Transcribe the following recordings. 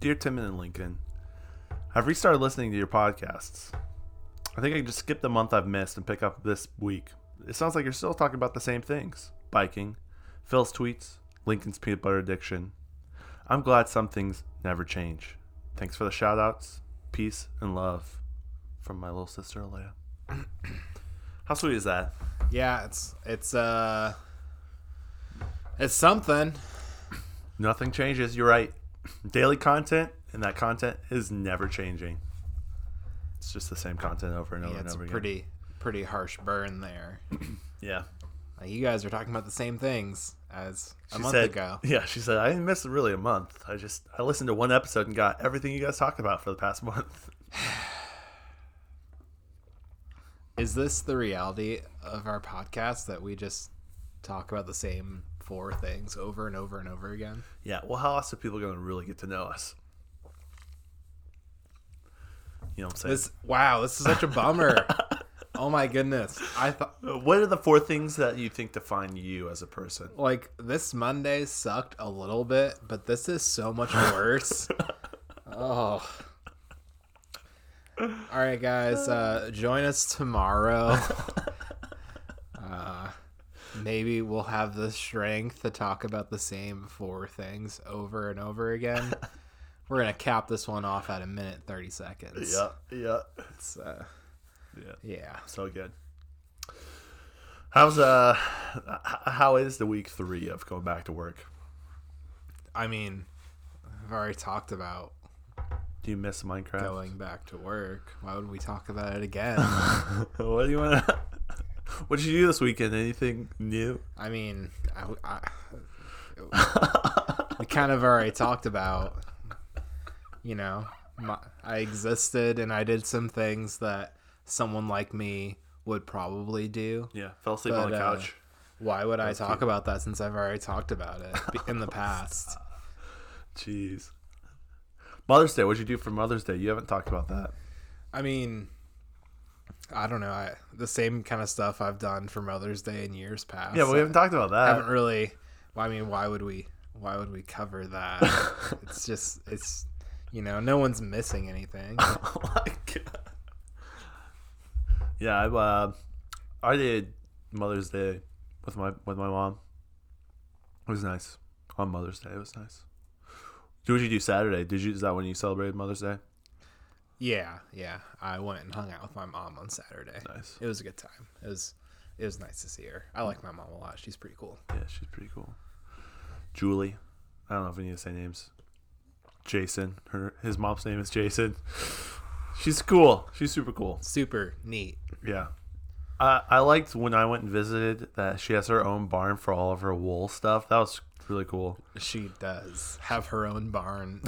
Dear Tim and Lincoln, I've restarted listening to your podcasts. I think I can just skip the month I've missed and pick up this week. It sounds like you're still talking about the same things biking, Phil's tweets, Lincoln's peanut butter addiction. I'm glad some things never change. Thanks for the shout outs, peace, and love from my little sister, Alea. How sweet is that? Yeah, it's it's uh it's something. Nothing changes. You're right. Daily content, and that content is never changing. It's just the same content over and over Yeah, and it's a over again. pretty pretty harsh burn there. Yeah. Like, you guys are talking about the same things as a She month said, ago. Yeah, she said, I didn't miss really a month. I just, I listened to one episode and got everything you guys talked about for the past month. Is this the reality of our podcast that we just talk about the same four things over and over and over again? Yeah, well, how else are people going to really get to know us? You know what I'm saying? This wow, this is such a bummer. oh my goodness. I thought Uh, what are the four things that you think define you as a person? like this Monday sucked a little bit, but this is so much worse. oh. All right, guys, uh, join us tomorrow. uh, maybe we'll have the strength to talk about the same four things over and over again. We're gonna cap this one off at a minute thirty seconds. Yeah, yeah, It's, uh, yeah. yeah. So good. How's uh, h- how is the week three of going back to work? I mean, I've already talked about Do you miss Minecraft? going back to work. Why would we talk about it again? what do you want? to What did you do this weekend? Anything new? I mean, I, I- we kind of already talked about, you know, my, I existed and I did some things that someone like me would probably do. Yeah, fell asleep on But, the uh, couch. Why would I talk about that since I've already talked about it be- in the past? Jeez. Mother's Day. What'd you do for Mother's Day? You haven't talked about that. I mean, I don't know. I, the same kind of stuff I've done for Mother's Day in years past. Yeah, but we haven't talked about I that. haven't really. Well, I mean, why would we? Why would we cover that? it's just, it's, you know, no one's missing anything. oh my god. Yeah, I uh, I did Mother's Day with my with my mom. It was nice on Mother's Day. It was nice. What did you do Saturday? Did you is that when you celebrated Mother's Day? Yeah, yeah. I went and hung out with my mom on Saturday. Nice. It was a good time. It was, it was nice to see her. I like my mom a lot. She's pretty cool. Yeah, she's pretty cool. Julie, I don't know if we need to say names. Jason, her his mom's name is Jason. She's cool. She's super cool. Super neat. Yeah. I, I liked when I went and visited that she has her own barn for all of her wool stuff. That was really cool. She does have her own barn.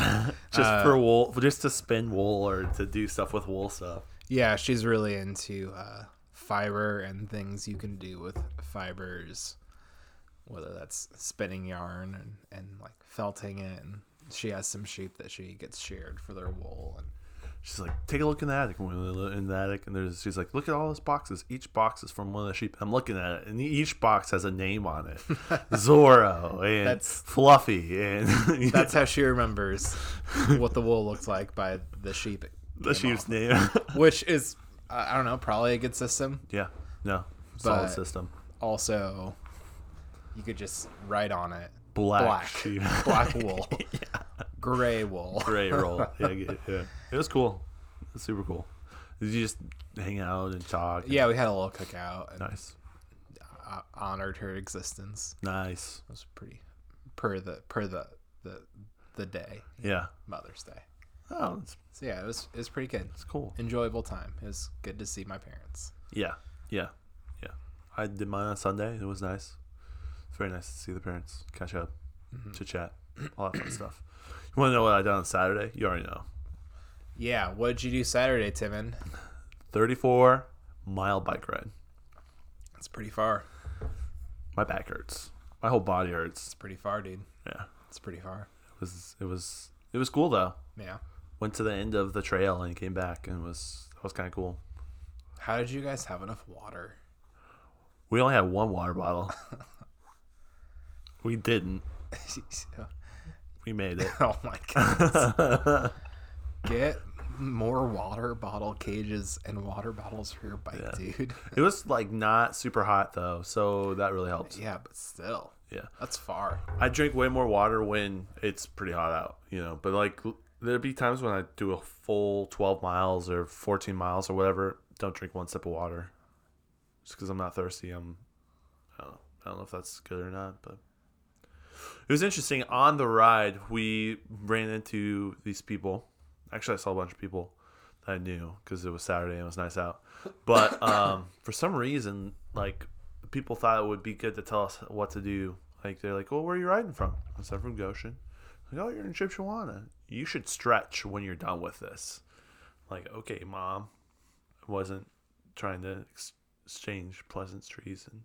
Just Uh, for wool, just to spin wool or to do stuff with wool stuff. yeah, she's really into uh, fiber and things you can do with fibers, whether that's spinning yarn and, and like felting it. And she has some sheep that she gets sheared for their wool. And She's like, take a look in the attic. And we look in the attic, and there's she's like, look at all those boxes. Each box is from one of the sheep. I'm looking at it, and each box has a name on it: Zorro and That's- Fluffy and that's how she remembers what the wool looks like by the sheep. it the came sheep's off. name. which is uh, I don't know, probably a good system. yeah, no, solid But- system. Also, you could just write on it Black, black, sheep, black wool, gray wool. gray roll. Yeah, I get- yeah, it was cool. It was super cool. Did you just hang out and talk? Yeah, we had a little cookout and nice, uh, honored her existence. nice. It was pretty per the per the the the day Yeah. Mother's Day. Oh, it's, So yeah, it was it was pretty good, it's cool. enjoyable time. It was good to see my parents. Yeah, yeah, yeah. I did mine on Sunday. It was nice. It's very nice to see the parents, catch up, chit chat, all that fun stuff. You want to know what I done on Saturday? You already know. Yeah, what did you do Saturday, Timon? Thirty-four mile bike ride. It's pretty far. My back hurts. My whole body hurts. It's pretty far, dude. Yeah, It's pretty far. it was it was it was cool though. Yeah. Went to the end of the trail and came back and was that was kind of cool. How did you guys have enough water? We only had one water bottle. we didn't. We made it. Oh my god. Get more water bottle cages and water bottles for your bike, dude. it was like not super hot though, so that really helped. yeah, but still. Yeah. That's far. I drink way more water when it's pretty hot out, you know. But like, there'd be times when I do a full 12 miles or 14 miles or whatever, don't drink one sip of water, just because I'm not thirsty. I'm, I don't, know, I don't know if that's good or not, but it was interesting. On the ride, we ran into these people. Actually, I saw a bunch of people that I knew because it was Saturday and it was nice out. But um, for some reason, like people thought it would be good to tell us what to do. Like they're like, "Well, where are you riding from?" I said, "From Goshen." Like, "Oh, you're in Chipshawana. You should stretch when you're done with this." Like, okay, mom. I wasn't trying to ex- exchange pleasantries, and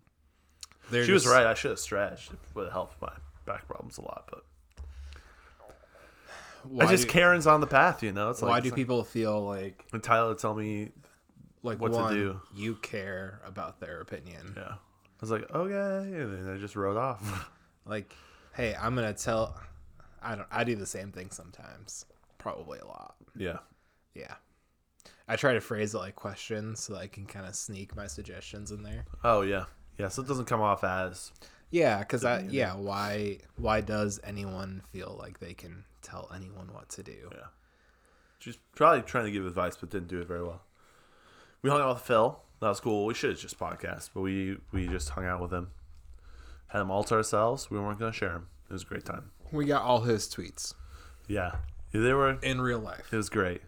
They're she was just- right. I should have stretched. It would have helped my back problems a lot, but Why I just do, Karen's on the path, you know. It's like Why it's do like- people feel like and Tyler tell me, like What to one, do. you care about their opinion? yeah. I was like, okay, and then I just rode off. Like, hey, I'm gonna tell. I don't. I do the same thing sometimes. Probably a lot. yeah, Yeah. I try to phrase it like questions so that I can kind of sneak my suggestions in there. Oh yeah, yeah. So it doesn't come off as Yeah, because I yeah why why does anyone feel like they can tell anyone what to do? Yeah. she's probably trying to give advice, but didn't do it very well. We hung out with Phil. That was cool. We should have just podcast, but we we just hung out with him. Had him all to ourselves. We weren't going to share him. It was a great time. We got all his tweets Yeah, they were. in real life. It was great.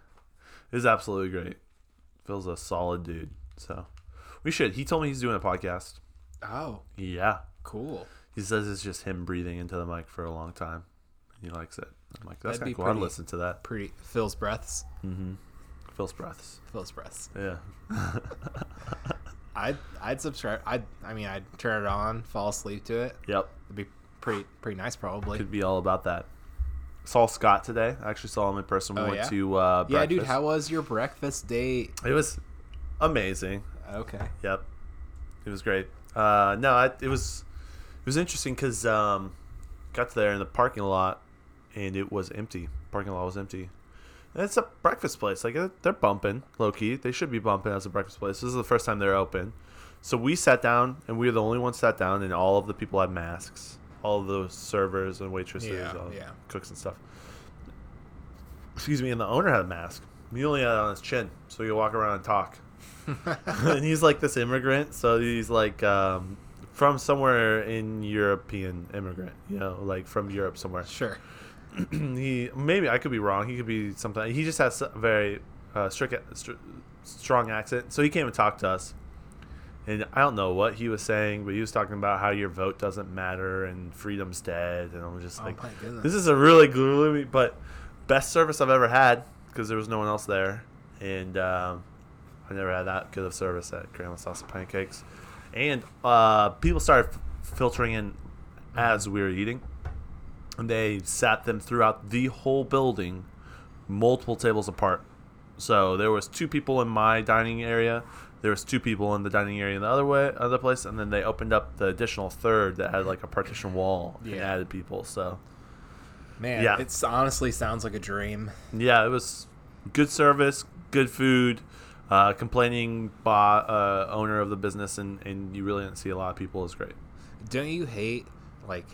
It was absolutely great. Phil's a solid dude. So we should. He told me he's doing a podcast. Oh, Yeah. cool. He says it's just him breathing into the mic for a long time. He likes it. I'm like, that's That'd kind be of cool. I'd pretty- listen to that. Pretty Phil's breaths. Phil's breaths. Phil's breaths. Yeah. I'd I'd subscribe. I I mean I'd turn it on, fall asleep to it. Yep. It'd be pretty pretty nice probably. Could be all about that. Saw Scott today. I actually saw him in person. We Oh, went yeah? to uh, yeah, dude. breakfast. How was your breakfast date? it was amazing. Okay. Yep, it was great. Uh, no, I, it was it was interesting because um, got there in the parking lot and it was empty. Parking lot was empty. And it's a breakfast place. Like uh, they're bumping low key. They should be bumping as a breakfast place. This is the first time they're open. So we sat down and we were the only ones sat down, and all of the people had masks. All of the servers and waitresses, Yeah, all yeah. cooks and stuff. Excuse me, and the owner had a mask. He only had it on his chin, so he could walk around and talk. and he's like this immigrant, so he's like um, from somewhere in European immigrant, you know, like from Europe somewhere. Sure. he maybe I could be wrong. He could be something. He just has a very uh, strict, str- strong accent. So he came and talked to us, and I don't know what he was saying, but he was talking about how your vote doesn't matter and freedom's dead, and I'm just Oh like, my goodness. this is a really gloomy, but best service I've ever had because there was no one else there, and um, I never had that good of service at Grandma Sauce and Pancakes, and uh, people started f- filtering in as we were eating, and they sat them throughout the whole building, multiple tables apart. So there was two people in my dining area. There was two people in the dining area in the other way, other place, and then they opened up the additional third that had like a partition wall and Yeah. added people. So Man, Yeah. it's honestly sounds like a dream. yeah, it was good service, good food. Uh, complaining by uh, owner of the business, and, and you really didn't see a lot of people is great. Don't you hate like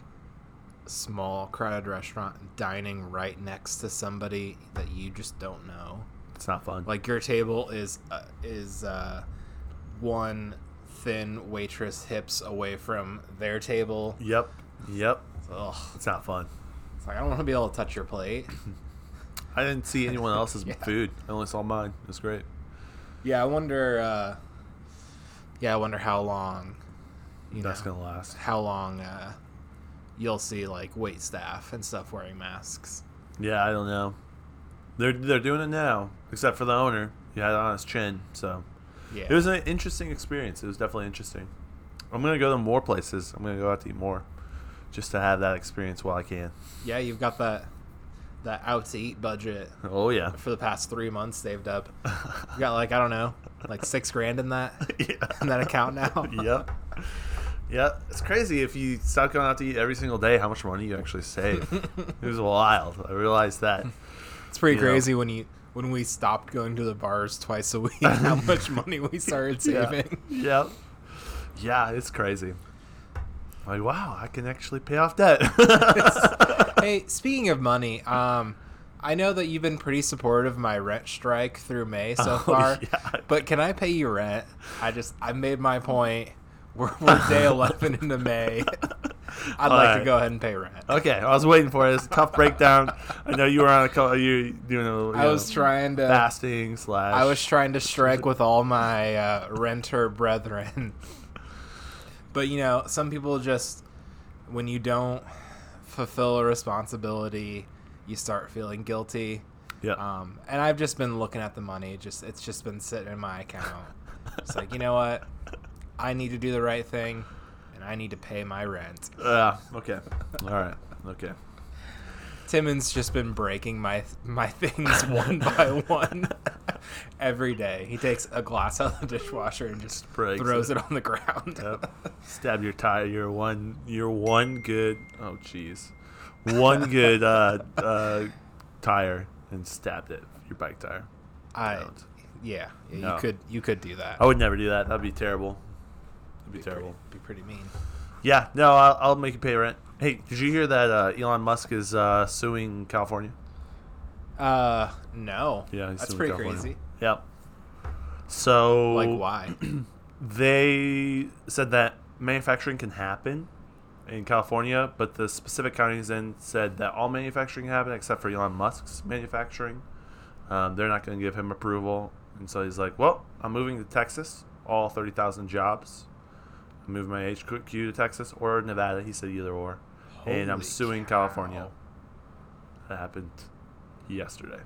small crowded restaurant dining right next to somebody that you just don't know? It's not fun. Like your table is uh, is uh, one thin waitress hips away from their table. yep, yep, Ugh. it's not fun. It's like I don't want to be able to touch your plate. I didn't see anyone else's Yeah. food. I only saw mine. It was great. Yeah, I wonder. Uh, yeah, I wonder how long. You That's know, gonna last. how long uh, you'll see like wait staff and stuff wearing masks. Yeah, I don't know. They're they're doing it now, except for the owner. He had it on his chin, so Yeah, it was an interesting experience. It was definitely interesting. I'm gonna go to more places. I'm gonna go out to eat more, just to have that experience while I can. yeah. You've got that that out to eat budget Oh yeah, for the past three months saved up. You got like I don't know, like six grand in that yeah. in that account now. yep. Yeah, it's crazy if you stop going out to eat every single day, how much money you actually save. it was wild. I realized that. It's pretty You know. crazy when you when we stopped going to the bars twice a week, how much money we started saving. Yeah. Yep. Yeah, it's crazy. Like, wow, I can actually pay off debt. hey, speaking of money, um, I know that you've been pretty supportive of my rent strike through May so Oh, far, yeah. but can I pay you rent? I just I made my point. We're, we're day eleven into May. I'd All like right. to go ahead and pay rent. okay, I was waiting for it. It's a tough breakdown. I know you were on a call. You doing a you I was know, trying to. fasting slash. I was trying to strike with all my uh, renter brethren. But you know, some people just when you don't fulfill a responsibility, you start feeling guilty. yeah. Um, and I've just been looking at the money. Just it's just been sitting in my account. It's like you know what, I need to do the right thing, and I need to pay my rent. Yeah, okay. All right. Okay. Timmons just been breaking my my things one by one every day. He takes a glass out of the dishwasher and just Breaks throws it. it. on the ground. Yep. Stab your tie. Your one. Your one good. Oh, jeez. One good uh, uh, tire and stabbed it. Your bike tire. I, Don't. yeah, yeah No. you could you could do that. I would never do that. That'd be terrible. That'd be, terrible. Pretty, be pretty mean. Yeah. No, I'll, I'll make you pay rent. Hey, did you hear that uh, Elon Musk is uh, suing California? Uh, no. Yeah, he's that's suing pretty California. crazy. Yep. So Like why? they said that manufacturing can happen in California, but the specific counties then said that all manufacturing can happen except for Elon Musk's manufacturing. Um, they're not going to give him approval, and so he's like, "Well, I'm moving to Texas. All thirty thousand jobs. I'm moving my HQ to Texas or Nevada." He said either or, and I'm Holy suing cow. California. That happened yesterday.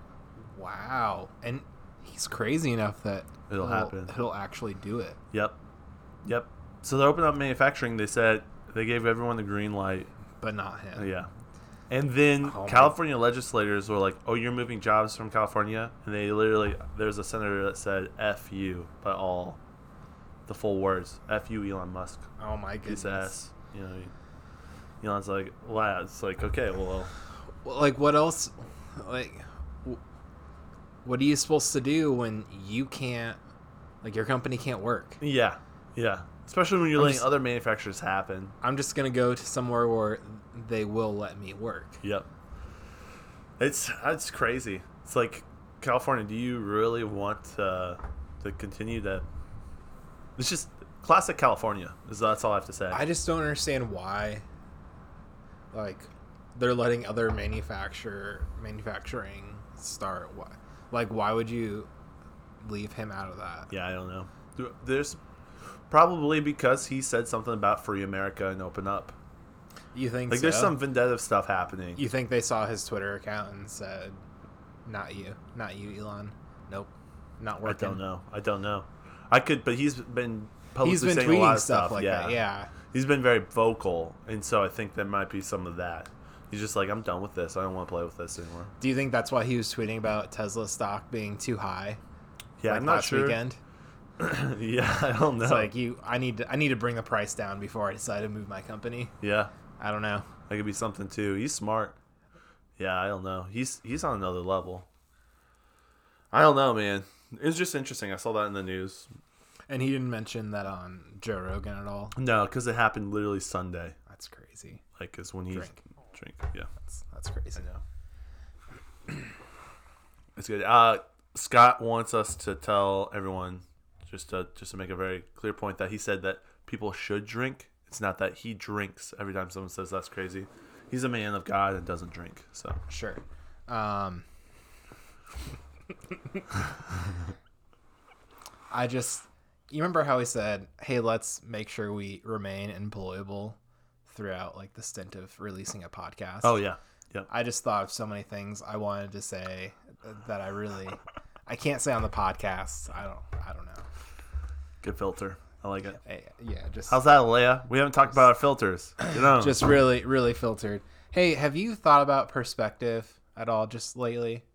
Wow, and he's crazy enough that It'll he'll- happen. He'll actually do it. Yep, yep. So they opened up manufacturing. They said they gave everyone the green light. But not him. Oh, Yeah. And then Oh my- California legislators were like, "Oh, you're moving jobs from California," and they literally there's a senator that said "f you," but all the full words "f you, Elon Musk." Oh my His goodness. ass, you know. Elon's like, "Wow," it's like, "Okay, well, Well, like what else like wh- what are you supposed to do when you can't like your company can't work yeah, yeah." Especially when you're I'm letting just- other manufacturers happen. i'm just gonna go to somewhere where they will let me work Yep. It's it's crazy. It's like California. Do you really want uh, to continue to? It's just classic California. Is that's all I have to say. i just don't understand why like they're letting other manufacturer manufacturing start why like why would you leave him out of that yeah, I don't know. There- There's probably because he said something about free America and open up. you think Like there's so? some vendetta stuff happening. you think they saw his twitter account and said not you not you elon nope not I working don't know. I don't know. I could, but he's been publicly he's been saying a lot tweeting of stuff, stuff, like yeah. that. Yeah, he's been very vocal, and so I think there might be some of that. He's just like, I'm done with this. I don't want to play with this anymore. Do you think that's why he was tweeting about Tesla stock being too high? Yeah, like I'm not last sure. Weekend, yeah, I don't know. it's like you. I need to. I need to bring the price down before I decide to move my company. yeah, I don't know. that could be something too. He's smart. Yeah, I don't know. He's he's on another level. I don't know, man. It was just interesting. I saw that in the news. And he didn't mention that on Joe Rogan at all. No, because it happened literally Sunday. That's crazy. Like, is when he Drink. drink. Yeah, That's, that's crazy. know. it's good. Uh, Scott wants us to tell everyone just to just to make a very clear point that he said that people should drink. It's not that he drinks every time someone says that's crazy. He's a man of God and doesn't drink. So Sure. Um, I just. You remember how he said, "Hey, let's make sure we remain employable throughout like the stint of releasing a podcast." Oh yeah, yeah. I just thought of so many things I wanted to say that I really I can't say on the podcast. I don't I don't know. Good filter. I like it. I, yeah, just How's that, Leia? We haven't talked about our filters. You know, just really really filtered. Hey, have you thought about perspective at all just lately?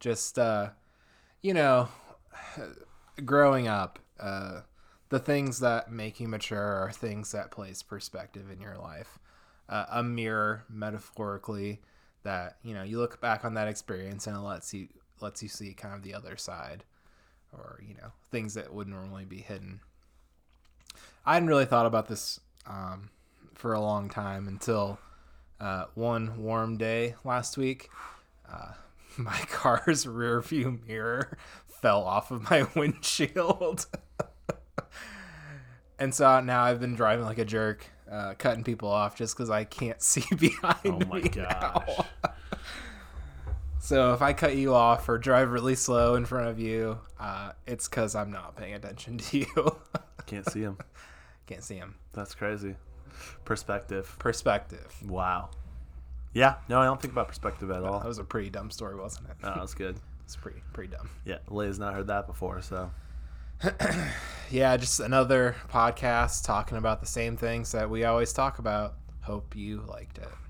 Just uh you know, growing up, uh the things that make you mature are things that place perspective in your life. Uh, a mirror, metaphorically, that you know you look back on that experience and it lets you lets you see kind of the other side, or you know things that would normally be hidden. I hadn't really thought about this um, for a long time until uh, one warm day last week. Uh, my car's rear view mirror fell off of my windshield. and so now I've been driving like a jerk, uh, cutting people off just because I can't see behind Oh my me gosh. now. So if I cut you off or drive really slow in front of you, uh, it's because I'm not paying attention to you. Can't see him. can't see him. That's crazy. Perspective. Perspective. Wow. Yeah. No, I don't think about perspective at That all. was a pretty dumb story, wasn't it? No, that's good. It's pretty pretty dumb. Yeah, Leigh's not heard that before, so yeah, just another podcast talking about the same things that we always talk about. Hope you liked it.